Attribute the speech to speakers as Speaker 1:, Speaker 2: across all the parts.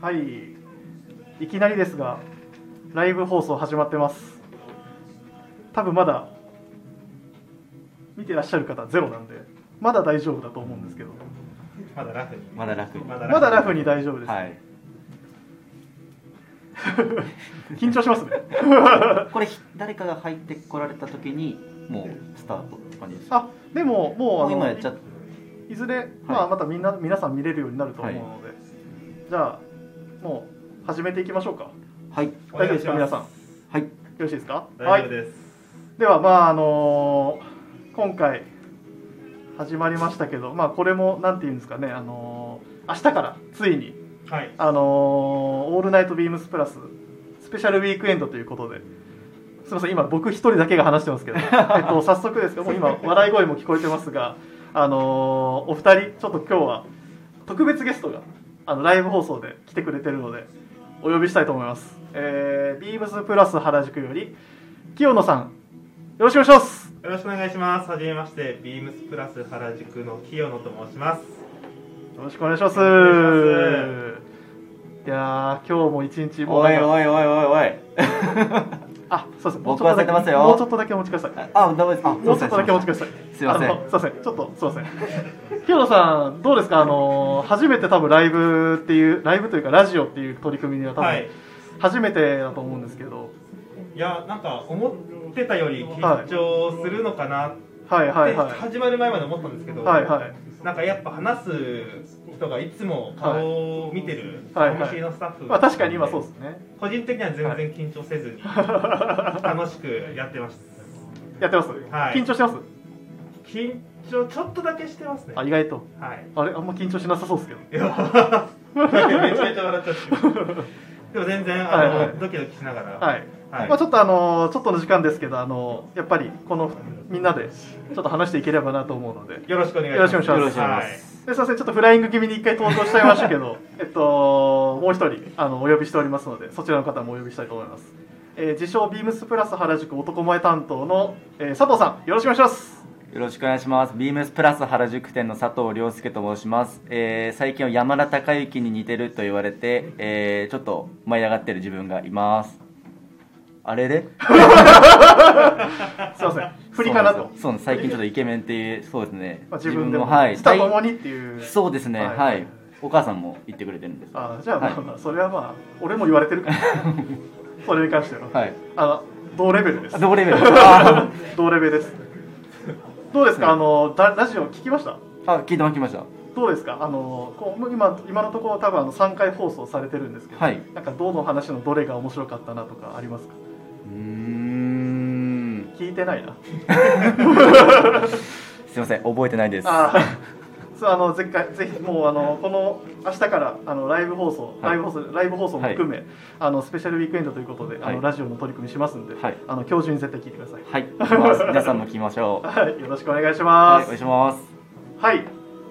Speaker 1: はいいきなりですがライブ放送始まってます多分まだ見てらっしゃる方ゼロなんでまだ大丈夫だと思うんですけど
Speaker 2: まだラフに。
Speaker 3: まだ楽に。
Speaker 2: まだ
Speaker 1: まだラフに大丈夫です、
Speaker 3: はい。
Speaker 1: 緊張し ますね
Speaker 3: これひ誰かが入ってこられた時にもうスタートって感じです。
Speaker 1: あでももうあの
Speaker 3: もう今やっちゃっ
Speaker 1: いいずれ、まあ、またみんな皆さん見れるようになると思うので、じゃあもう始めていきましょうか
Speaker 3: はい
Speaker 2: お
Speaker 1: 大丈夫
Speaker 2: 願
Speaker 1: で
Speaker 2: い
Speaker 1: す
Speaker 2: し
Speaker 1: か
Speaker 2: ます
Speaker 1: 皆さんよ
Speaker 3: はい
Speaker 1: ろしいですか
Speaker 2: 大丈
Speaker 1: は
Speaker 2: 夫
Speaker 1: い
Speaker 2: です。
Speaker 1: ではまああのー今回始まりましたけど、まあ、これもなんていうんですかね、あのー明日からついに、
Speaker 2: はい。
Speaker 1: あのーオールナイトビームスプラス」スペシャルウィークエンドということですみません今僕一人だけが話してますけど、えっと、早速ですがもう今笑い声も聞こえてますが、あのーお二人ちょっと今日は特別ゲストがあのライブ放送で来てくれてるのでお呼びしたいと思います、えー、ビームスプラス原宿より清野さんよろしくお願いします
Speaker 2: よろしくお願いします。はじめまして、ビームスプラス原宿の清野と申します。
Speaker 1: よろしくお願いしますい
Speaker 2: お願
Speaker 1: やー今日も一日もう
Speaker 3: お
Speaker 1: なん
Speaker 3: い
Speaker 1: か
Speaker 3: おいおいおいおい。
Speaker 1: あそうです
Speaker 3: 僕
Speaker 1: も
Speaker 3: は
Speaker 1: うちょっとだけ
Speaker 3: 焦ってますよ
Speaker 1: もうちょっとだけお待ちください
Speaker 3: あ、ダメです。あ、
Speaker 1: もうちょっとだけお待ちください。
Speaker 3: すいません
Speaker 1: あのすいません。ちょっと、すいません。清野さん、どうですかあの、初めて多分ライブっていう、ライブというかラジオっていう取り組みには多
Speaker 2: はい
Speaker 1: 分、。初めてだと思うんですけど。
Speaker 2: いや、なんか思ってたより緊張するのかなって、
Speaker 1: はいはいは
Speaker 2: 始まる前まで思ったんですけ
Speaker 1: い。
Speaker 2: ど、
Speaker 1: はいはい。
Speaker 2: なんかやっぱ話す人がいつも顔を見てる、
Speaker 1: はい
Speaker 2: お店のスタッフ、
Speaker 1: まあ確かに今そうですね。
Speaker 2: 個人的には全然緊張 せずに、楽しくやってました。
Speaker 1: やってます、
Speaker 2: はい
Speaker 1: 緊張してます
Speaker 2: 緊張ちょっとだけしてますね。
Speaker 1: あ、
Speaker 2: はい。
Speaker 1: 意外と。
Speaker 2: い
Speaker 1: あれあんま緊張しなさそうですけど。
Speaker 2: や、めちゃめちゃ笑っちゃって。でも全然あの、
Speaker 1: はいはい
Speaker 2: ドキドキしながら。
Speaker 1: はい。
Speaker 2: はい
Speaker 1: まあちょっとあの、ちょっとの時間ですけど、あの、やっぱりこのみんなでちょっと話していければなと思うので。
Speaker 2: よろしくお願いし
Speaker 1: よろ
Speaker 2: ま
Speaker 1: し
Speaker 2: す。
Speaker 1: くお願いしますで、すいません、ちょっとフライング気味に一回登場しちゃいましたけ ど、えっと、もう一人、あの、お呼びしておりますので、そちらの方もお呼びしたいと思います。えー自称ビームスプラス原宿男前担当の、えー佐藤さん、よろしくお願いします。
Speaker 3: よろしくお願いします。ビームスプラス原宿店の佐藤亮介と申します。えー、最近は山田孝之に似てると言われて、えー、ちょっと舞い上がってる自分がいます。あれれ
Speaker 1: すいませ ん、振りかなと。
Speaker 3: そうなんですよそうなんです最近ちょっとイケメンっていう、そうですね。
Speaker 1: まあ、自分でも、
Speaker 3: はい。
Speaker 1: スタともにっていう。
Speaker 3: そうですね、
Speaker 1: はい
Speaker 3: はい。お母さんも言ってくれてるんです。は
Speaker 1: あーじゃあ、まあまあ、それはまあ、俺も言われてる から。それに関しては。
Speaker 3: い。
Speaker 1: あの、同レベルです
Speaker 3: あ。同レベル。あ
Speaker 1: 同レベルです。どうですか、あの、だラジオ聞きました
Speaker 3: ーあ、聞いてまきました。
Speaker 1: どうですかあのこう今今のところ多分あの3回放送されてるんですけど、
Speaker 3: はい
Speaker 1: なんかどの話のどれが面白かったなとかありますか
Speaker 3: うーん。
Speaker 1: 聞いてないな
Speaker 3: すいません、覚えてないです。
Speaker 1: あー そうあのぜっかぜひもうあのこの明日からあのライブ放送、
Speaker 3: はい
Speaker 1: ライブ放送ライブ放送も含め、あのスペシャルウィークエンドということで、あ
Speaker 3: は
Speaker 1: の
Speaker 3: い
Speaker 1: ラジオの取り組みしますんで、
Speaker 3: はい
Speaker 1: あの今日中に絶対聞いてください、
Speaker 3: はい、行 きます皆さんも聞きましょう。
Speaker 1: はい、よろしくお願いし
Speaker 3: はい、
Speaker 1: ま
Speaker 3: お
Speaker 1: す
Speaker 3: 願いします。
Speaker 1: はい、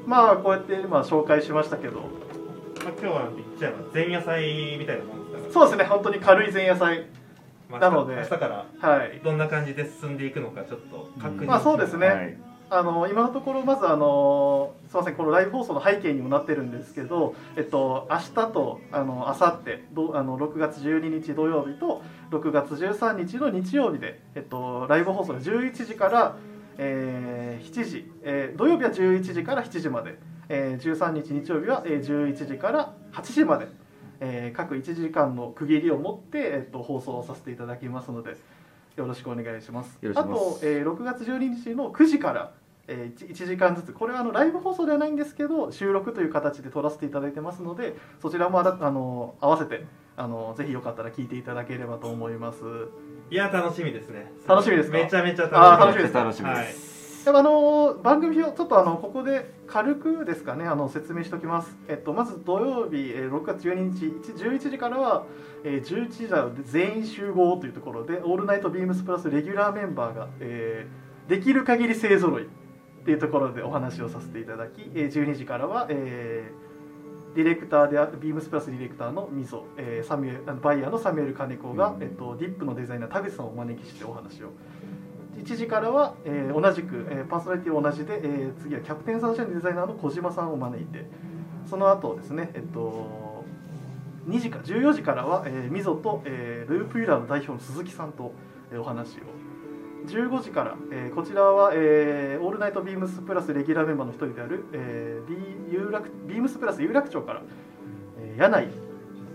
Speaker 1: まあこうやって今紹介しましたけど
Speaker 2: まあ、今日は言っちゃえば前夜祭みたいなもんですから、
Speaker 1: そうですね本当に軽い前夜祭
Speaker 2: まあ
Speaker 1: なので
Speaker 2: 明日から
Speaker 1: はい
Speaker 2: どんな感じで進んでいくのかちょっと確認
Speaker 1: まあそうですね
Speaker 3: はい
Speaker 1: あの今のところまずあのすみませんこのライブ放送の背景にもなってるんですけど、えっと明日とあの明後日どあの6月12日土曜日と6月13日の日曜日で、えっと、ライブ放送が11時から、えー7時、えー土曜日は11時から7時まで、えー13日日曜日は、えー11時から8時まで、えー各1時間の区切りを持って、えっと、放送させていただきますのでよろしくお願いします。
Speaker 3: よろしくお願いします
Speaker 1: あと、えー6月12日の9時からえー、1, 時間ずつこれはあのライブ放送ではないんですけど収録という形で撮らせていただいてますのでそちらもあらあの合わせてあのぜひよかったら聞いていただければと思います
Speaker 2: いや楽しみですね
Speaker 1: 楽しみですか
Speaker 2: めちゃめちゃ楽しみ
Speaker 1: あー楽しみです
Speaker 3: 楽しみです。
Speaker 1: であの番組表ちょっとあのここで軽くですかねあの説明しておきます、えっと、まず土曜日、えー6月12日1 11時からは、えー11時台全員集合というところで「オールナイトビームスプラス」レギュラーメンバーが、えーできる限り勢ぞろいっていうところでお話をさせていただき、えー12時からは、えーディレクターであビームスプラスディレクターのみそ、えーサミュエルあのバイヤーのサミュエル金子が、えっと、ディップのデザイナー田口さんをお招きしてお話を1時からは、えー同じく、えーパーソナリティは同じで、えー次はキャプテンサンシャインデザイナーの小島さんを招いてその後ですねえっと2時か14時からは、えー、みぞと、えーループイラーの代表の鈴木さんと、えーお話を15時から、えーこちらは、えーオールナイトビームスプラスレギュラーメンバーの一人である、えービー有楽ビームスプラス有楽町から、えー柳井、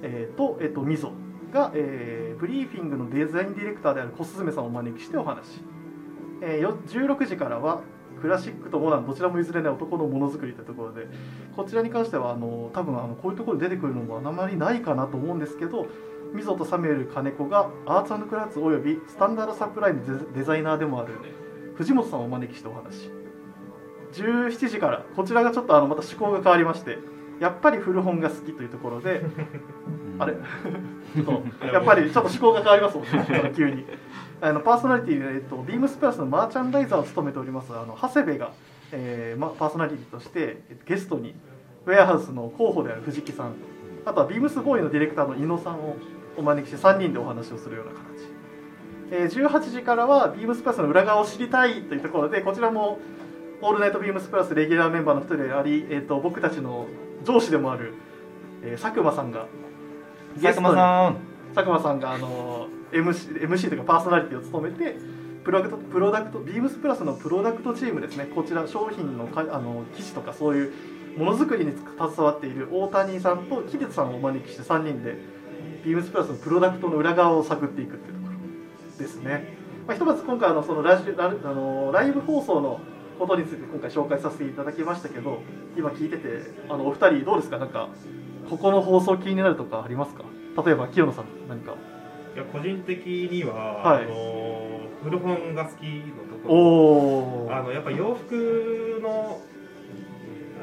Speaker 1: えーと,、えー、とみぞが、えーブリーフィングのデザインディレクターである小雀さんをお招きしてお話、えーよ16時からはクラシックとモダンどちらも譲れない男のものづくりというところでこちらに関してはあの多分あのこういうところで出てくるのもあまりないかなと思うんですけどミゾとサミュエル金子がアーツクラッツおよびスタンダードサプライのデデザイナーでもある藤本さんをお招きしてお話17時からこちらがちょっとあのまた趣向が変わりましてやっぱり古本が好きというところであ れちょっとやっぱりちょっと趣向が変わりますもん急にあのパーソナリティで、えっと、ビームスプラスのマーチャンダイザーを務めておりますあの長谷部が、えーま、パーソナリティとしてえっとゲストにウェアハウスの候補である藤木さんあとはビームスボーイのディレクターの井野さんをお招きして3人でお話をするような形、えー18時からはビームスプラスの裏側を知りたいというところでこちらもオールナイトビームスプラスレギュラーメンバーの一人であり、えっと、僕たちの上司でもある、えー佐久間さんが
Speaker 3: 佐久間さん
Speaker 1: 佐久間さんがあの MC, MC というかパーソナリティを務めてプロダクトプロダクトビームスプラスのプロダクトチームですねこちら商品のかあの記事とかそういうものづくりに携わっている大谷さんと木月さんをお招きして3人でビームスプラスのプロダクトの裏側を探っていくっていうところですね、まあ、ひとまず今回あのそのラジラあのライブ放送のことについて今回紹介させていただきましたけど今聞いててあのお二人どうですかなんかここの放送気になるとかありますか例えば清野さん何か
Speaker 2: いや個人的には、
Speaker 1: はい
Speaker 2: あの古本が好きのところ
Speaker 1: おお
Speaker 2: あのやっぱ洋服の、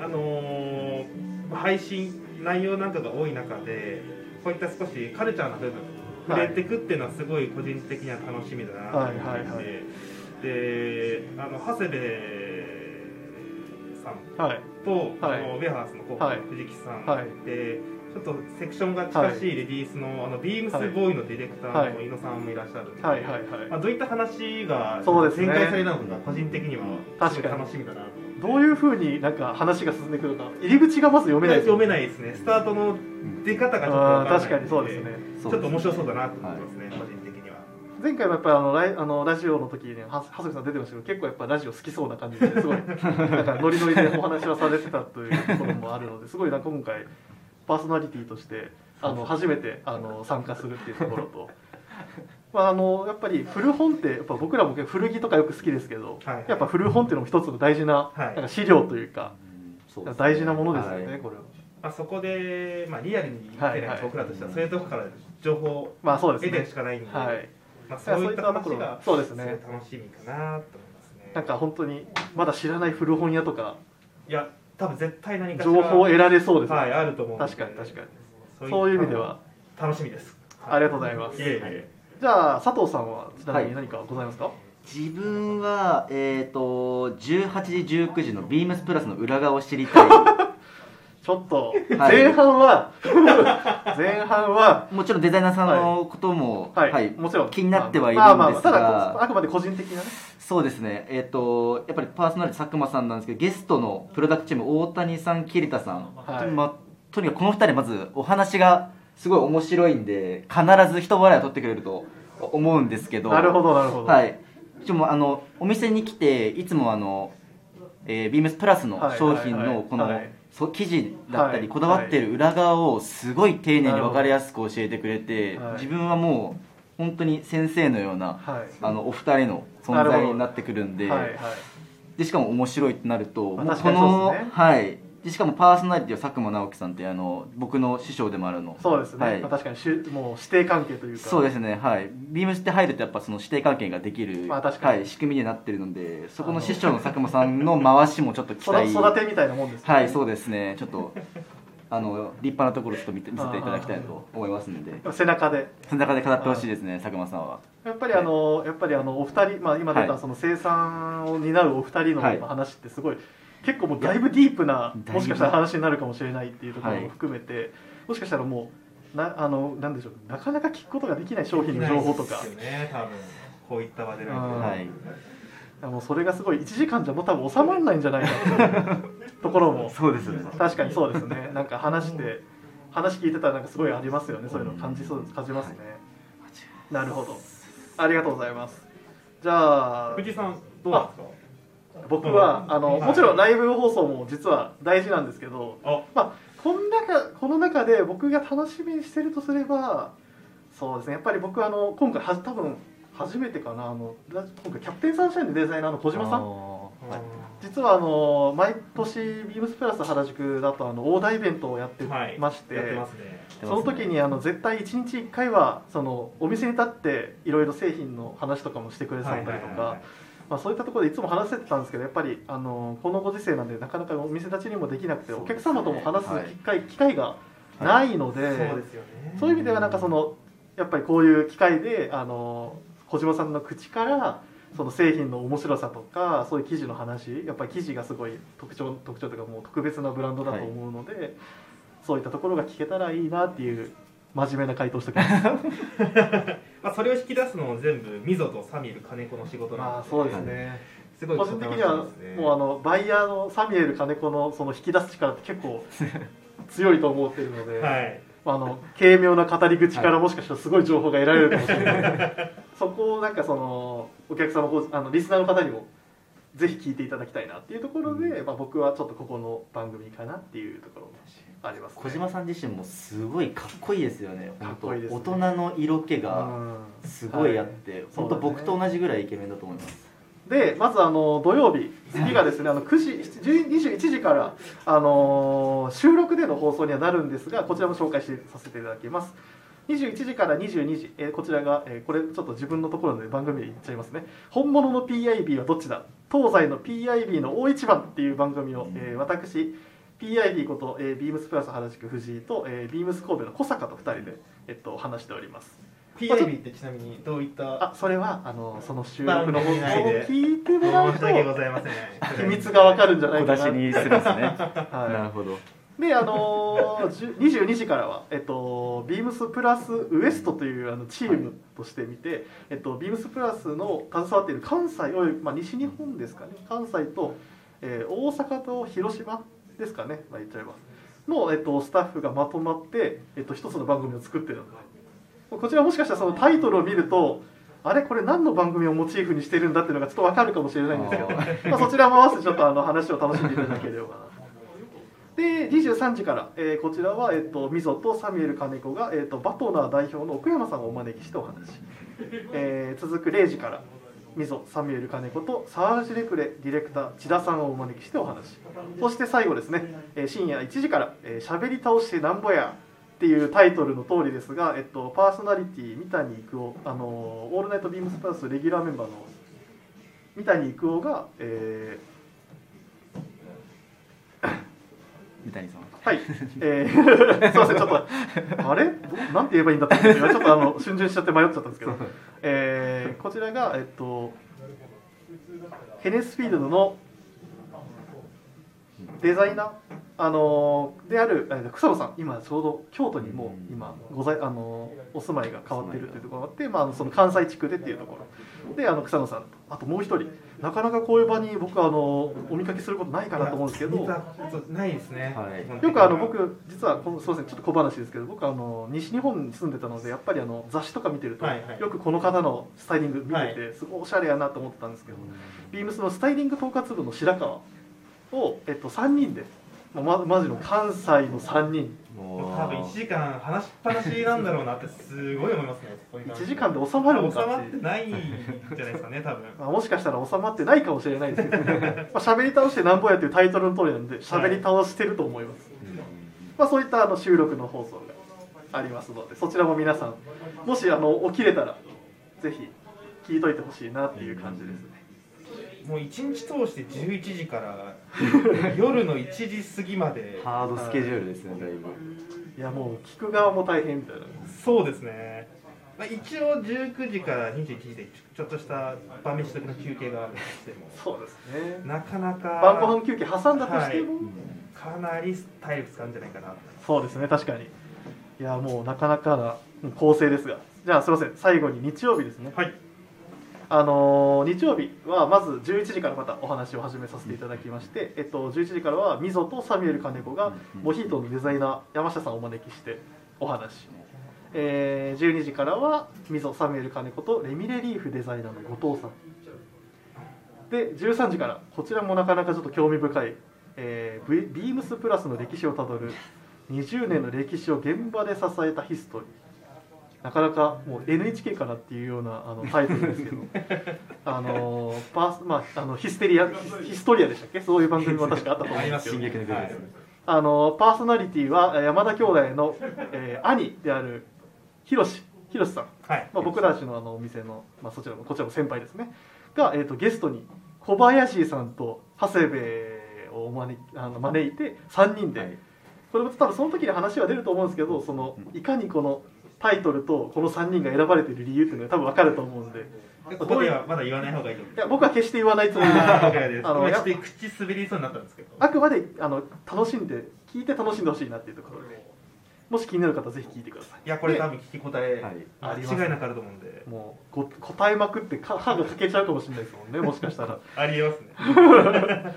Speaker 2: あのー配信内容なんかが多い中でこういった少しカルチャーな部分触れてくっていうのはすごい個人的には楽しみだなと思って、
Speaker 1: はいはいはい
Speaker 2: であの長谷部さん
Speaker 1: はい
Speaker 2: と、
Speaker 1: はい
Speaker 2: あのウェアハウスの候補、
Speaker 1: はい
Speaker 2: 藤木さん、
Speaker 1: はい
Speaker 2: でちょっとセクションが近しいレディースの,、あのビームスボーイのディレクターの
Speaker 1: は
Speaker 2: 井野さんもいらっしゃるんで、
Speaker 1: はいはいはい
Speaker 2: まあ、どういった話が
Speaker 1: そうですね
Speaker 2: 展開されたのか個人的には
Speaker 1: 確かに
Speaker 2: 楽しみだなと思って
Speaker 1: どういうふうになんか話が進んでくるか入り口がまず読めないです
Speaker 2: 読め
Speaker 1: い
Speaker 2: ないですねスタートの出方がちょっとわ
Speaker 1: あ
Speaker 2: らない
Speaker 1: ー確かにそうですね
Speaker 2: ちょっと面白そうだなと思い
Speaker 3: はい
Speaker 2: ますね、個人的には
Speaker 1: 前回もやっぱりあのライあのラジオの時には長谷さん出てましたけど結構やっぱラジオ好きそうな感じですごいなんかノリノリでお話はされてたというところもあるのですごいなんか今回パーソナリティとしてあの初めてあの参加するっていうところと。まあ、あのやっぱり古本ってやっぱ僕らも古着とかよく好きですけど、
Speaker 2: はい
Speaker 1: やっぱ古本っていうのも一つの大事な,、
Speaker 2: はい
Speaker 1: なんか資料というか
Speaker 3: そうですね
Speaker 1: 大事なものですよね、
Speaker 3: はい
Speaker 1: これは
Speaker 2: まあ、そこで、まあ、リアルに見て
Speaker 1: はい
Speaker 2: な
Speaker 1: はい
Speaker 2: い僕らとしては、そういうところから情報を
Speaker 1: まあそうで
Speaker 2: 得
Speaker 1: す
Speaker 2: てる
Speaker 1: ね
Speaker 2: しかないんで、
Speaker 1: はい
Speaker 2: まあ、
Speaker 1: そ
Speaker 2: そうう
Speaker 1: い
Speaker 2: い
Speaker 1: っ
Speaker 2: った
Speaker 1: と
Speaker 2: た
Speaker 1: こ
Speaker 2: 話
Speaker 1: ろ
Speaker 2: が
Speaker 1: そうです
Speaker 2: すごい
Speaker 1: ね
Speaker 2: 楽しみかなと思いますね
Speaker 1: なんか本当にまだ知らない古本屋とか
Speaker 2: いや多分絶対何かしら
Speaker 1: 情報を得られそうですね、
Speaker 2: はいあると思うんで
Speaker 1: 確かに確かに
Speaker 2: そ
Speaker 1: そういう意味では
Speaker 2: 楽しみです
Speaker 1: ありがとうございます
Speaker 2: いえいえ
Speaker 1: じゃあ佐藤さんはちなみ
Speaker 3: は
Speaker 1: に
Speaker 3: い
Speaker 1: 何かございますか、
Speaker 3: 自分はえっ、と18時19時のビームスプラスの裏側を知りた い
Speaker 1: ちょっと
Speaker 3: はい
Speaker 1: 前半は、 前半は
Speaker 3: もちろんデザイナーさんのことも、
Speaker 1: はい、もちろん
Speaker 3: 気になってはいるん
Speaker 1: ま
Speaker 3: です
Speaker 1: あ
Speaker 3: が、
Speaker 1: まあまあただあくまで個人的なね
Speaker 3: そうですねえっ、とやっぱりパーソナリティ佐久間さんなんですけどゲストのプロダクトチーム大谷さん桐田さん、
Speaker 1: はい
Speaker 3: まとにかくこの2人まずお話がすごい面白いんで必ず人笑いを取ってくれると思うんですけど
Speaker 1: なるほどなるほど、
Speaker 3: はい、一応もうあのお店に来ていつもあの、えー、ビームスプラスの
Speaker 1: はい
Speaker 3: 商品
Speaker 1: はいはい
Speaker 3: のこの、
Speaker 1: はい
Speaker 3: そう生地だった
Speaker 1: は
Speaker 3: り
Speaker 1: い
Speaker 3: こだわってる裏側をすごい丁寧
Speaker 1: な
Speaker 3: に
Speaker 1: るほど
Speaker 3: 分かりやすく教えてくれて、
Speaker 1: はい
Speaker 3: 自分はもう本当に先生のような、
Speaker 1: はい
Speaker 3: あのお二人の存
Speaker 1: なるほ
Speaker 3: 在
Speaker 1: ど
Speaker 3: になってくるんで
Speaker 1: はいはい
Speaker 3: でしかも面白いってなると、
Speaker 1: まあ
Speaker 3: もう
Speaker 1: 確か
Speaker 3: こ
Speaker 1: にそう
Speaker 3: の、
Speaker 1: ですね
Speaker 3: はいでしかもパーソナリティは佐久間直樹さんっていうあの僕の師匠でもあるの
Speaker 1: そうですね、
Speaker 3: はい
Speaker 1: まあ、確かにしゅもう指定関係というか
Speaker 3: そうですねはいビームスって入るとやっぱその指定関係ができる、
Speaker 1: まあ確かに
Speaker 3: はい、仕組みになってるのでそこの師匠の佐久間さんの回しもちょっと期
Speaker 1: 育
Speaker 3: 待
Speaker 1: 育てみたいなもんですね
Speaker 3: はいそうですねちょっとあの立派なところちょっと見て見せていただきたいと思いますので
Speaker 1: 背中で
Speaker 3: その中で語ってほしいですね佐久間さんは
Speaker 1: やっぱりあの、やっぱりあのお二人、まあ、今出
Speaker 3: は
Speaker 1: た
Speaker 3: い
Speaker 1: その生産を担うお二人の
Speaker 3: はい
Speaker 1: 話ってすごい、結構もうだいぶディープな
Speaker 3: だいぶ
Speaker 1: もしかしたら話になるかもしれないっていうところ
Speaker 3: は
Speaker 1: も
Speaker 3: い
Speaker 1: 含めて、もしかしたらもうなあのなんでしょうなかなか聞くことができない商品の情報とか
Speaker 2: できないですよね多分こういった場でない
Speaker 1: うん
Speaker 2: と
Speaker 3: はい
Speaker 1: もうそれがすごい1時間じゃもう多分収まらないんじゃないかっていう ところも
Speaker 3: そうですね
Speaker 1: 確かにそうですねなんか話して話聞いてたらなんかすごいありますよねそういうの感じそう感じますね、なるほどありがとうございますじゃあ
Speaker 2: 藤井さんどうなんですか
Speaker 1: 僕はあの
Speaker 2: はい
Speaker 1: もちろんライブ放送も実は大事なんですけど
Speaker 2: あ
Speaker 1: この中この中で僕が楽しみにしてるとすればそうですねやっぱり僕あの今回は多分初めてかなあのラジ今回キャプテンサンシャインのデザイナーの小島さんはい実はあの毎年ビームスプラス原宿だとあの大田イベントをやって
Speaker 2: はい
Speaker 1: まして、
Speaker 2: やってますね
Speaker 1: その時にあの絶対1日1回はそのお店に立っていろいろ製品の話とかもしてくれそうだったりと
Speaker 2: はいはいはいは
Speaker 1: か
Speaker 2: い
Speaker 1: まあそういったところでいつも話せてたんですけどやっぱりあのこのご時世なんでなかなかお店たちにもできなくて
Speaker 3: そう
Speaker 1: お
Speaker 3: ですね
Speaker 1: 客様とも話す機会,、機会がないので,、
Speaker 2: そうですよね
Speaker 1: そういう意味ではなんかそのやっぱりこういう機会であの小島さんの口からその製品の面白さとかそういう生地の話やっぱり生地がすごい特徴特徴というかもう特別なブランドだと思うので、そういったところが聞けたらいいなっていう真面目な回答をしてきます。
Speaker 2: まあ、それを引き出すのも全部溝とサミル金子の仕事なん
Speaker 1: まあ
Speaker 2: で
Speaker 1: そうですね。
Speaker 2: すごい
Speaker 1: 個人的にはもうあのバイヤーのサミュエル金子のその引き出す力って結構 強いと思っているので、
Speaker 2: はい
Speaker 1: まああの軽妙な語り口からもしかしたらすごい情報が得られるかもしれないので、そこをなんかそのお客様こうあのリスナーの方にもぜひ聞いていただきたいなっていうところで、まあ僕はちょっとここの番組かなっていうところもあります、ね。
Speaker 3: 小島さん自身もすごいかっこいいですよね
Speaker 1: かっこいいですね
Speaker 3: 本当大人の色気が
Speaker 1: うん
Speaker 3: すごいあって、
Speaker 1: そう
Speaker 3: 本当
Speaker 1: だね
Speaker 3: 僕と同じぐらいイケメンだと思います
Speaker 1: でまずあの土曜日次がですねあの9時10 21時からあのー収録での放送にはなるんですがこちらも紹介しさせていただきます21時から22時、えーこちらが、えーこれちょっと自分のところで番組で言っちゃいますね本物の PIB はどっちだ東西の PIB の大一番っていう番組を、えー私 PIB こと、えー、ビームスプラス原宿藤井と、えー、ビームス神戸の小坂と2人で、えっと、話しております
Speaker 4: PIB ってちなみにどういった
Speaker 1: あそれはあのその収録の放送を
Speaker 2: 番組内で
Speaker 1: 聞いてもらう
Speaker 2: 申し
Speaker 1: と
Speaker 2: 訳ございません
Speaker 1: 秘密がわかるんじゃない
Speaker 3: 小
Speaker 1: か
Speaker 3: 出
Speaker 1: な
Speaker 3: しにするんですねなる
Speaker 1: は
Speaker 3: ほど
Speaker 1: い、であのーじゅ22時からは、えっと、ビームスプラスウエストというあのチームとして見て、えっと、ビームスプラスの携わっている関西および、まあ、西日本ですかね関西と、えー大阪と広島ですかね、まあ、言っちゃえばの、えっと、スタッフがまとまって、えっと、一つの番組を作ってるのでこちらもしかしたらそのタイトルを見るとあれこれ何の番組をモチーフにしてるんだっていうのがちょっとわかるかもしれないんですけど
Speaker 3: あー
Speaker 1: まあ、そちらも合わせてちょっとあの話を楽しんでいただければなと。で23時から、えーこちらは、えっとみぞとサミュエル金子が、えっとバトナー代表の奥山さんをお招きしてお話し、えー続く0時からみぞサミュエル金子とサージレクレディレクター千田さんをお招きしてお話しそして最後ですね、えー深夜1時から「えー、しゃべり倒してなんぼや」っていうタイトルの通りですが、えっと、パーソナリティ三谷育夫あのーオールナイトビームスプラスレギュラーメンバーの三谷育夫が、え
Speaker 3: 三谷さん
Speaker 1: ーはい、えー すいませんちょっとあれどなんて言えばいいんだったっけ今ちょっとあの瞬順しちゃって迷っちゃったんですけど、えーこちらがえっとヘネスフィールドのデザイナーあのーであるえー草野さん今ちょうど京都にもう今ございあのーお住まいが変わってるというところがあって、まああの、その関西地区でっていうところであの草野さんとあともう一人なかなかこういう場に僕はあのお見かけすることないかなと思うんですけど。
Speaker 2: 見たことないですね、
Speaker 3: はい
Speaker 2: 基本的に
Speaker 1: よくあの僕実はこのすみませんちょっと小話ですけど僕あの西日本に住んでたのでやっぱりあの雑誌とか見てると、
Speaker 2: はいはい
Speaker 1: よくこの方のスタイリング見てて、
Speaker 2: は
Speaker 1: すごいおしゃれやなと思ってたんですけど、ビームスのスタイリング統括部の白川を、えっと、3人でもうまマジの関西の3人
Speaker 3: もう
Speaker 2: 多分1時間話しっぱなしなんだろうなってすごい思いますねここに関して
Speaker 1: 1時間で収まるの
Speaker 2: 収
Speaker 1: か
Speaker 2: ま
Speaker 1: っ
Speaker 2: ってて
Speaker 1: いう。
Speaker 2: ないんじゃないですかね多分
Speaker 1: まあ、もしかしたら収まってないかもしれないですけど、 ね、まあ喋り倒してなんぼやっていうタイトルの通りなんで喋り倒してると思います、まあ、そういったあの収録の放送がありますのでそちらも皆さんもしあの起きれたらぜひ聞いといてほしいなっていう感じですね
Speaker 2: もう一日通して11時から夜の1時過ぎまで
Speaker 3: ハードスケジュールですねだいぶ
Speaker 1: いやもう聞く側も大変みたいな
Speaker 2: そうですね、まあ、一応19時から21時でちょっとした晩飯時の休憩があるとしても
Speaker 1: そうですね
Speaker 2: なかなか
Speaker 1: 晩ご飯休憩挟んだとしても、
Speaker 2: かなり体力使うんじゃないかな
Speaker 1: そうですね確かにいやもうなかなかな構成ですがじゃあすいません最後に日曜日ですね
Speaker 2: はい
Speaker 1: あのー日曜日はまず11時からまたお話を始めさせていただきまして、えっと、11時からはみぞとサミュエル金子がモヒートのデザイナー山下さんをお招きしてお話、えー12時からはみぞサミュエル金子とレミレリーフデザイナーの後藤さんで13時からこちらもなかなかちょっと興味深い、えー、V- ビームスプラスの歴史をたどる20年の歴史を現場で支えたヒストリーなかなかもう NHK かなっていうようなあのタイトルですけ どあのパース、まあ、あのヒステリアヒスヒストリアでしたっけそういう番組も確かあったと思
Speaker 2: あ
Speaker 1: うん
Speaker 2: り
Speaker 1: で
Speaker 2: ますす
Speaker 1: けど
Speaker 2: よ、
Speaker 3: 進撃の巨
Speaker 2: は
Speaker 3: 人で
Speaker 2: い
Speaker 3: すね
Speaker 1: あのパーソナリティはえー山田兄弟の、えー兄であるひろしひろしさん、
Speaker 2: はい
Speaker 1: まあ、僕たちのあのお店の、まあ、そちらもこちらも先輩ですねが、えー、とゲストに小林さんと長谷部をお招きあの招いて3人で、
Speaker 3: はい
Speaker 1: これも多分その時に話は出ると思うんですけどそのいかにこのタイトルとこの3人が選ばれている理由っていうのが多分分かると思うんで
Speaker 2: ここではまだ言わない方がいいと思
Speaker 1: いや僕は決して言わないつもりです
Speaker 2: あー僕らです
Speaker 1: あの
Speaker 2: 今ちょっと口滑りそうになったんですけど
Speaker 1: あくまであの楽しんで聞いて楽しんでほしいなっていうところでもし気になる方はぜひ聞いてください
Speaker 2: いやこれ
Speaker 1: で
Speaker 2: 多分聞き応え
Speaker 3: はい
Speaker 2: 間違いなくあると思うんで
Speaker 1: もうこ答えまくってか歯が欠けちゃうかもしれないですもんねもしかしたら
Speaker 2: ありえますね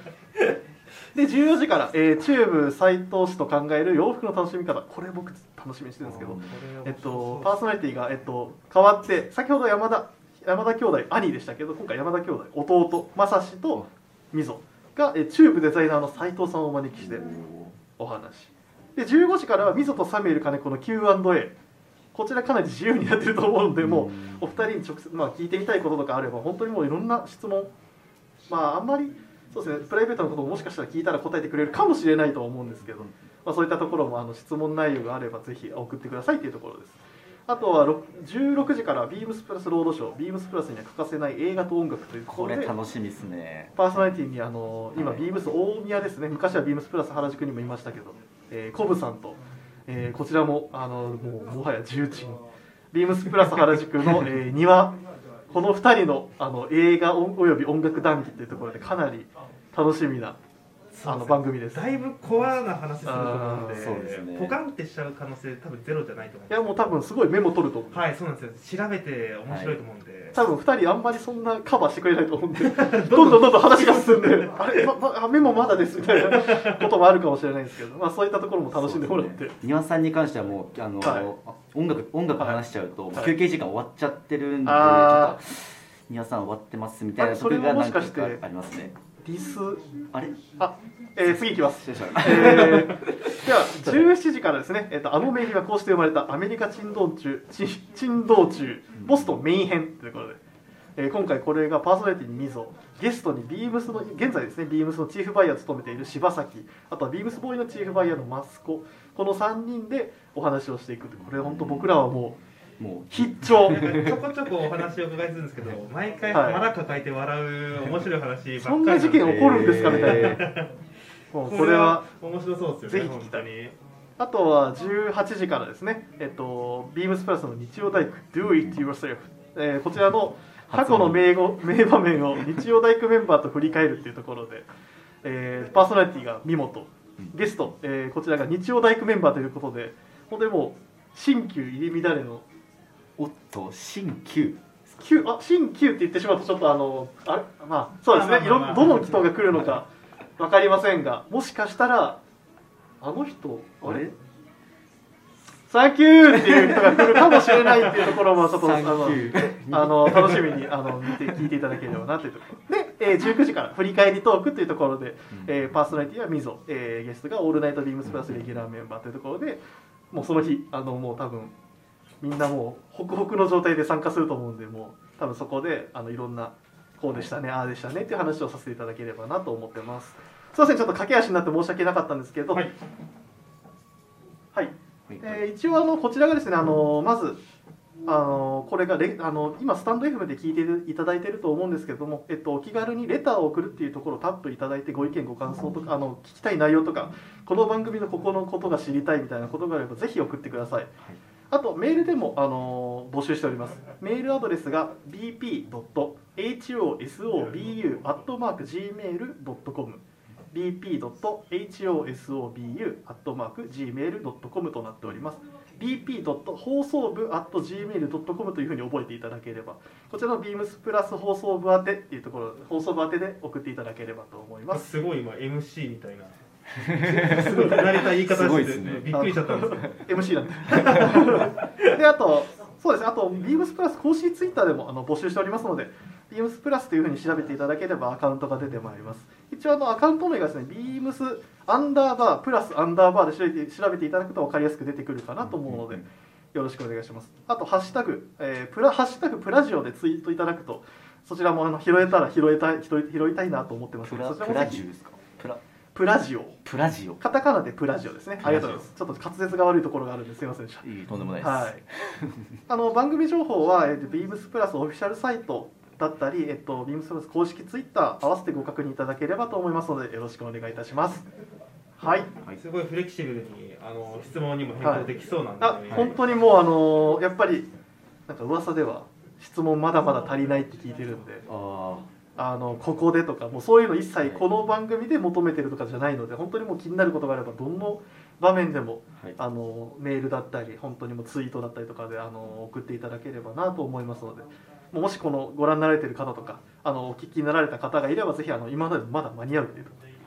Speaker 1: で14時から、えーチューブ斎藤氏と考える洋服の楽しみ方これ僕楽しみにしてるんですけどえっと、パーソナリティがえっと、変わって先ほど山田山田兄弟兄でしたけど今回山田兄弟弟正志と溝が、えーチューブデザイナーの斎藤さんをお招きしてお話で15時からは溝とサミュエル金子の Q&A こちらかなり自由にやってると思うのでもうお二人に直接、まあ、聞いてみたいこととかあれば本当にもういろんな質問まああんまりそうですねプライベートのことももしかしたら聞いたら答えてくれるかもしれないとは思うんですけど、まあ、そういったところもあの質問内容があればぜひ送ってくださいというところですあとはろ16時からビームスプラスロードショービームスプラスには欠かせない映画と音楽ということ
Speaker 3: こ
Speaker 1: で
Speaker 3: れ楽しみですね
Speaker 1: パーソナリティにあの今、
Speaker 3: はい
Speaker 1: ビームス大宮ですね昔はビームスプラス原宿にもいましたけど、えーコブさんと、えーこちらもあのもうもはや重鎮ビームスプラス原宿の、えー庭この2人のあの映画おおよび音楽談義というところでかなり楽しみなあの番組です
Speaker 2: だいぶコアな話すると思うん
Speaker 1: あ
Speaker 2: で
Speaker 1: ー
Speaker 3: そうですね
Speaker 2: ポカンってしちゃう可能性多分ゼロじゃないと思
Speaker 1: いやもう多分すごいメモ取ると思う
Speaker 2: うはいそうなんですよ調べて面白いと思うんで、
Speaker 1: 多分2人あんまりそんなカバーしてくれないと思 うんでどんどんどんどん話が進んであれ、ままあメモまだですみたいなこともあるかもしれないんですけど、まあ、そういったところも楽しんでもらって、
Speaker 3: 庭さんに関してはもうあの、
Speaker 1: はい
Speaker 3: 音楽音楽話しちゃうと、
Speaker 1: はい
Speaker 3: 休憩時間終わっちゃってるんで、
Speaker 1: あー
Speaker 3: ちょっと庭さん終わってますみたい
Speaker 1: あ
Speaker 3: な
Speaker 1: それはもしかして
Speaker 3: それが何個かありますね
Speaker 1: ディス
Speaker 3: あれ
Speaker 1: あ、えー次いきます。
Speaker 3: 失礼し
Speaker 1: え
Speaker 3: ました
Speaker 1: ーでは17時からですね、えっとあの名義はこうして生まれたアメリカ珍道中珍珍道中ボストンメイン編ということで、えー今回これがパーソナリティにみぞゲストにビームスの現在ですねビームスのチーフバイヤーを務めている柴崎あとはビームスボーイのチーフバイヤーのマスコこの3人でお話をしていくとこれ本当僕らはもう
Speaker 3: も
Speaker 1: 必 聴
Speaker 2: なんかちょこちょこお話をお伺いするんですけど毎回
Speaker 1: はい
Speaker 2: 腹抱えて笑う面白い話ばっかり
Speaker 1: そんな事件
Speaker 2: を
Speaker 1: 起こるんですかみたいな、もうこ
Speaker 2: こ
Speaker 1: れ
Speaker 2: れ
Speaker 1: は
Speaker 2: は面白そうですよね
Speaker 1: ぜひ聞き
Speaker 2: 本当に
Speaker 1: あとは18時からですね、えっと、ビームスプラスの日曜大工 Do It Yourself、えーこちらの過去の名語名場面を日曜大工メンバーと振り返るっていうところで、えーパーソナリティが見事ゲスト、えーこちらが日曜大工メンバーということで本当にもう新旧入り乱れの
Speaker 3: おっと新旧
Speaker 1: 旧あ新旧って言ってしまうとちょっとあのあれまあそうですねい
Speaker 2: ま
Speaker 1: ろ
Speaker 2: あまあまあ
Speaker 1: んどの人が来るのか分かりませんがもしかしたらあの人あれサンキューっていう人が来るかもしれないっていうところもちょっとあ
Speaker 3: 三
Speaker 1: の
Speaker 3: 級
Speaker 1: あの楽しみにあの見て聞いていただければなというところで、えー19時から振り返りトークというところで、えーパーソナリティはみぞ、えーゲストがオールナイトビームスプラスレギュラーメンバーというところでもうその日あのもう多分みんなもうホクホクの状態で参加すると思うんでもう多分そこであのいろんなこうでしたねああでしたねっていう話をさせていただければなと思ってますすいませんちょっと駆け足になって申し訳なかったんですけど
Speaker 2: はい
Speaker 1: はいえー一応あのこちらがですねあのまずあのこれがレあの今スタンド FM で聞いていただいていると思うんですけれども、えっと、お気軽にレターを送るっていうところをタップいただいてご意見ご感想とかあの聞きたい内容とかこの番組のここのことが知りたいみたいなことがあればぜひ送ってくださいあとメールでもあの募集しておりますメールアドレスが bp.hosobu.gmail.com bp.hosobu.gmail.com となっております bp. 放送部 .gmail.com というふうに覚えていただければこちらの beams プラス放送部宛てっていうところ放送部宛てで送っていただければと思います
Speaker 2: すごい今 MC みたい なすごい慣れた言い方
Speaker 3: すご
Speaker 2: し
Speaker 3: い
Speaker 2: てて、
Speaker 3: ですね
Speaker 2: びっくりしちゃったんですけど
Speaker 1: MC だった であとそうですねあとビームスプラス公式ツイッターでもあの募集しておりますのでビームスプラスというふうに調べていただければアカウントが出てまいります一応あのアカウント名がですねビームスアンダーバープラスアンダーバーで調べて調べていただくと分かりやすく出てくるかなと思うので、よろしくお願いします。あと、ハッシュタグ、えープラ、ハッシュタグプラジオでツイートいただくと、そちらもあの拾えたら拾えたい、拾い拾いたいなと思ってます
Speaker 3: プ
Speaker 1: ので、
Speaker 3: ラ
Speaker 1: そちら
Speaker 3: プ
Speaker 1: も
Speaker 3: ラ
Speaker 1: ぜ
Speaker 3: ジ
Speaker 1: ひ
Speaker 3: オですかプラ
Speaker 1: プラジオ。
Speaker 3: プラジオ
Speaker 1: カタカナでプラジオですね。ありがとうございます。ちょっと滑舌が悪いところがあるんですいませんでした。
Speaker 3: いいとんでもないです、
Speaker 1: はい、あの番組情報は、えっと、ビームスプラスオフィシャルサイトだったり、えっと、ビームスプラス公式ツイッター合わせてご確認いただければと思いますのでよろしくお願いいたします。はい、
Speaker 2: すごいフレキシブルにあの質問にも変更できそうなんで、
Speaker 1: あ
Speaker 2: ね
Speaker 1: 本当にもうあのやっぱりなんか噂では質問まだまだ足りないって聞いてるんで
Speaker 3: あ
Speaker 1: あのここでとかもうそういうの一切この番組で求めてるとかじゃないので本当にもう気になることがあればどの場面でも
Speaker 3: あはい
Speaker 1: あのメールだったり本当にもうツイートだったりとかであの送っていただければなと思いますのでもうもしこのご覧になられてる方とかあのお聞きになられた方がいればぜひあの今までもまだ間に合うっていうところで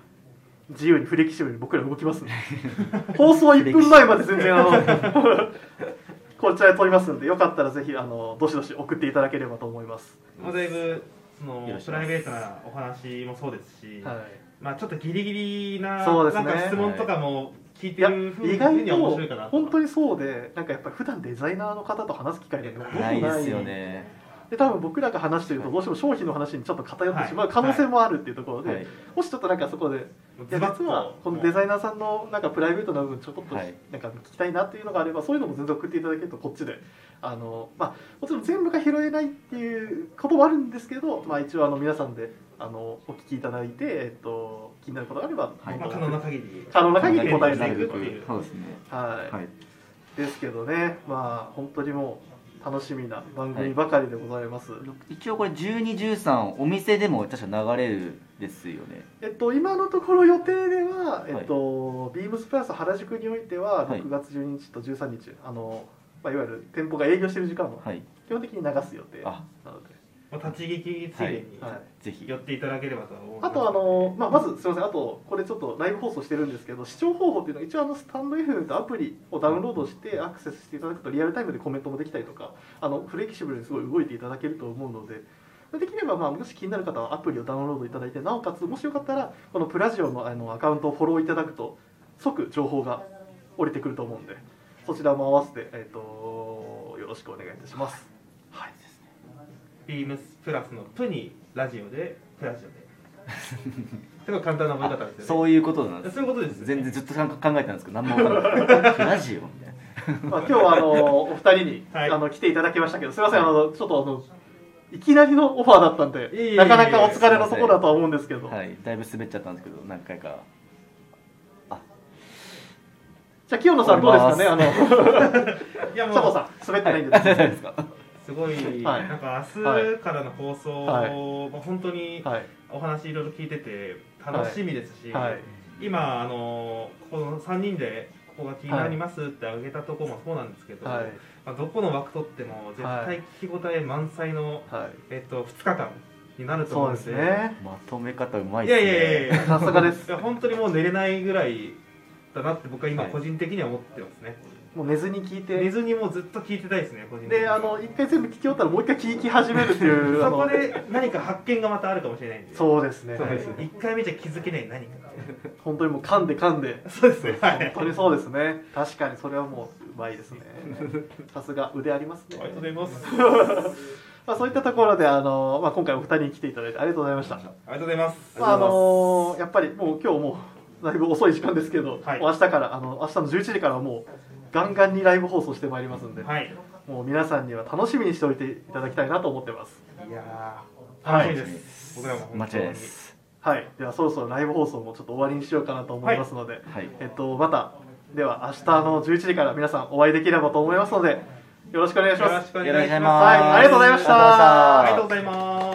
Speaker 1: 自由にフレキシブルに僕ら動きますん で放送1分前まで全然あのこちらで撮りますんでよかったらぜひあのどしどし送っていただければと思います。
Speaker 2: まあだいぶその
Speaker 3: よろしく
Speaker 2: プライベートなお話もそうですし、
Speaker 1: はい、
Speaker 2: まあちょっとギリギリな,、
Speaker 1: そうです
Speaker 2: な
Speaker 1: ね
Speaker 2: んか質問とかも聞い
Speaker 1: い
Speaker 2: て
Speaker 1: や
Speaker 2: る風
Speaker 1: 意
Speaker 2: に
Speaker 1: 外
Speaker 2: は面
Speaker 1: と
Speaker 2: 白いかなと
Speaker 1: 本当にそうでなんかやっぱり普段デザイナーの方と話す機会がほとんど
Speaker 3: ないですよね
Speaker 1: で多分僕らが話してるとどうしても商品の話にちょっと偏ってしまう可能性もあるっていうところで、
Speaker 3: はい
Speaker 1: もしちょっとなんかそこでいや
Speaker 2: ズバッ
Speaker 1: 実
Speaker 2: と
Speaker 1: はこのデザイナーさんのなんかプライベートな部分ちょこっと
Speaker 3: はい
Speaker 1: なんか聞きたいなっていうのがあればそういうのも全然送っていただけるとこっちであの、まあ、もちろん全部が拾えないっていうこともあるんですけど、まあ、一応あの皆さんであのお聞きいただいて、えっと、気になることがあれば、
Speaker 3: はい
Speaker 2: まあ可能な限り
Speaker 1: 可能な限り答えて
Speaker 2: ない
Speaker 1: くって
Speaker 2: て
Speaker 1: いう。
Speaker 2: いう
Speaker 3: そうですね
Speaker 1: はい
Speaker 3: はい
Speaker 1: ですけどね、まあ、本当にもう楽しみな番組ばかりでございます。
Speaker 3: 一応これ1213お店でも確か流れるですよね
Speaker 1: えっと、今のところ予定では、えっとビームスプラス原宿においては
Speaker 3: はい
Speaker 1: 6月12日と13日、あのまあ、いわゆる店舗が営業してる時間を
Speaker 3: はい
Speaker 1: 基本的に流す予定な
Speaker 3: あ
Speaker 1: ので、
Speaker 2: まあ立ち聞きついでに
Speaker 1: はい、
Speaker 3: ぜひ
Speaker 2: 寄っていただければと思います
Speaker 1: あとあの、まあ、まずすみませんあとこれちょっとライブ放送してるんですけど視聴方法っていうのは一応あのスタンド F とアプリをダウンロードしてアクセスしていただくとリアルタイムでコメントもできたりとかあのフレキシブルにすごい動いていただけると思うので。できれば、まあ、もし気になる方はアプリをダウンロードいただいてなおかつもしよかったらこのプラジオのあのアカウントをフォローいただくと即情報が降りてくると思うんでそちらも合わせて、えっとよろしくお願いいたします。はい、
Speaker 2: ビームスプラスのプにラジオでプラジオ ですごい簡単な覚え方ですよね
Speaker 3: そういうことなんです
Speaker 2: そういうことですよね
Speaker 3: 全然ずっと考えたんですけど何も分かん ないラジオみたいな
Speaker 1: まあ、今日はあのお二人に、
Speaker 2: はい
Speaker 1: あの来ていただきましたけどすみませんあのちょっとあのいきなりのオファーだったんで
Speaker 2: いえいえいえ
Speaker 1: なかなかお疲れのところだとは思うんですけど
Speaker 3: はい、だいぶ滑っちゃったんですけど何回か
Speaker 1: じゃあ清野さんどうですかねあの
Speaker 2: いやもう
Speaker 1: 佐藤さん滑ってないんで大丈夫ですか
Speaker 2: すごい、
Speaker 1: はい
Speaker 2: なんか
Speaker 1: は
Speaker 2: 明日からの放送、まあ本当に
Speaker 1: はい
Speaker 2: お話いろいろ聞いてて楽しみですし、
Speaker 1: はい
Speaker 2: 今あのこの3人でここが気になりますって挙げたとこもそうなんですけど、
Speaker 1: はい
Speaker 2: まあ、どこの枠取っても絶対聞き応え満載の、
Speaker 1: はい
Speaker 2: えっと、2日間になると思
Speaker 1: そううんで
Speaker 2: です
Speaker 1: ね
Speaker 3: まとめ方うまい
Speaker 2: い
Speaker 3: で
Speaker 2: や
Speaker 3: す
Speaker 2: い
Speaker 3: ね
Speaker 2: やいやいや
Speaker 1: さすがです
Speaker 2: いや本当にもう寝れないぐらいだなって僕は今
Speaker 3: はい
Speaker 2: 個人的には思ってますね、
Speaker 1: もう寝ずに聞い
Speaker 2: 寝
Speaker 1: て
Speaker 2: ずにもうずっと聞いてたいですね個人的に
Speaker 1: であの一回全部聞き終わったらもう一回聞き始めるって いうあ
Speaker 2: そ
Speaker 1: の
Speaker 2: こで何か発見がまたあるかもしれないんで
Speaker 1: そうですね
Speaker 2: そうですね一回目じゃ気づけない何か
Speaker 1: 本当にもう噛んで噛んで
Speaker 2: そうですねは
Speaker 1: 本当にそうですね確かにそれはもううまいですねさすが腕ありますね
Speaker 2: ございますあり
Speaker 1: まあ、そういったところであの、まあ、今回お二人に来ていただいてありがとうございました。ま
Speaker 2: がとうございます
Speaker 1: ああのやっぱりもう今日もうだいぶ遅い時間ですけど、
Speaker 2: はい
Speaker 1: もう明日からあの明日の11時からはもうガンガンにライブ放送してまいりますんで、
Speaker 2: はい
Speaker 1: もう皆さんには楽しみにしておいていただきたいなと思ってます。
Speaker 2: いやー
Speaker 1: は
Speaker 2: 楽
Speaker 1: い
Speaker 2: しみです、僕らも
Speaker 3: 間
Speaker 2: 本
Speaker 3: 違い
Speaker 2: 当に
Speaker 3: ないです
Speaker 1: はい、ではそろそろライブ放送もちょっと終わりにしようかなと思いますので、
Speaker 3: はい
Speaker 1: えっとまたでは明日の11時から皆さんお会いできればと思いますので、よろしくお願いし
Speaker 2: よろ
Speaker 1: ま
Speaker 2: し
Speaker 1: す。
Speaker 2: くお
Speaker 3: よろ
Speaker 2: 願い
Speaker 3: しく
Speaker 2: しま
Speaker 3: お願いし
Speaker 2: す
Speaker 3: ます
Speaker 1: はいありがとうございました
Speaker 3: ありがとうございました
Speaker 2: ありがとうございます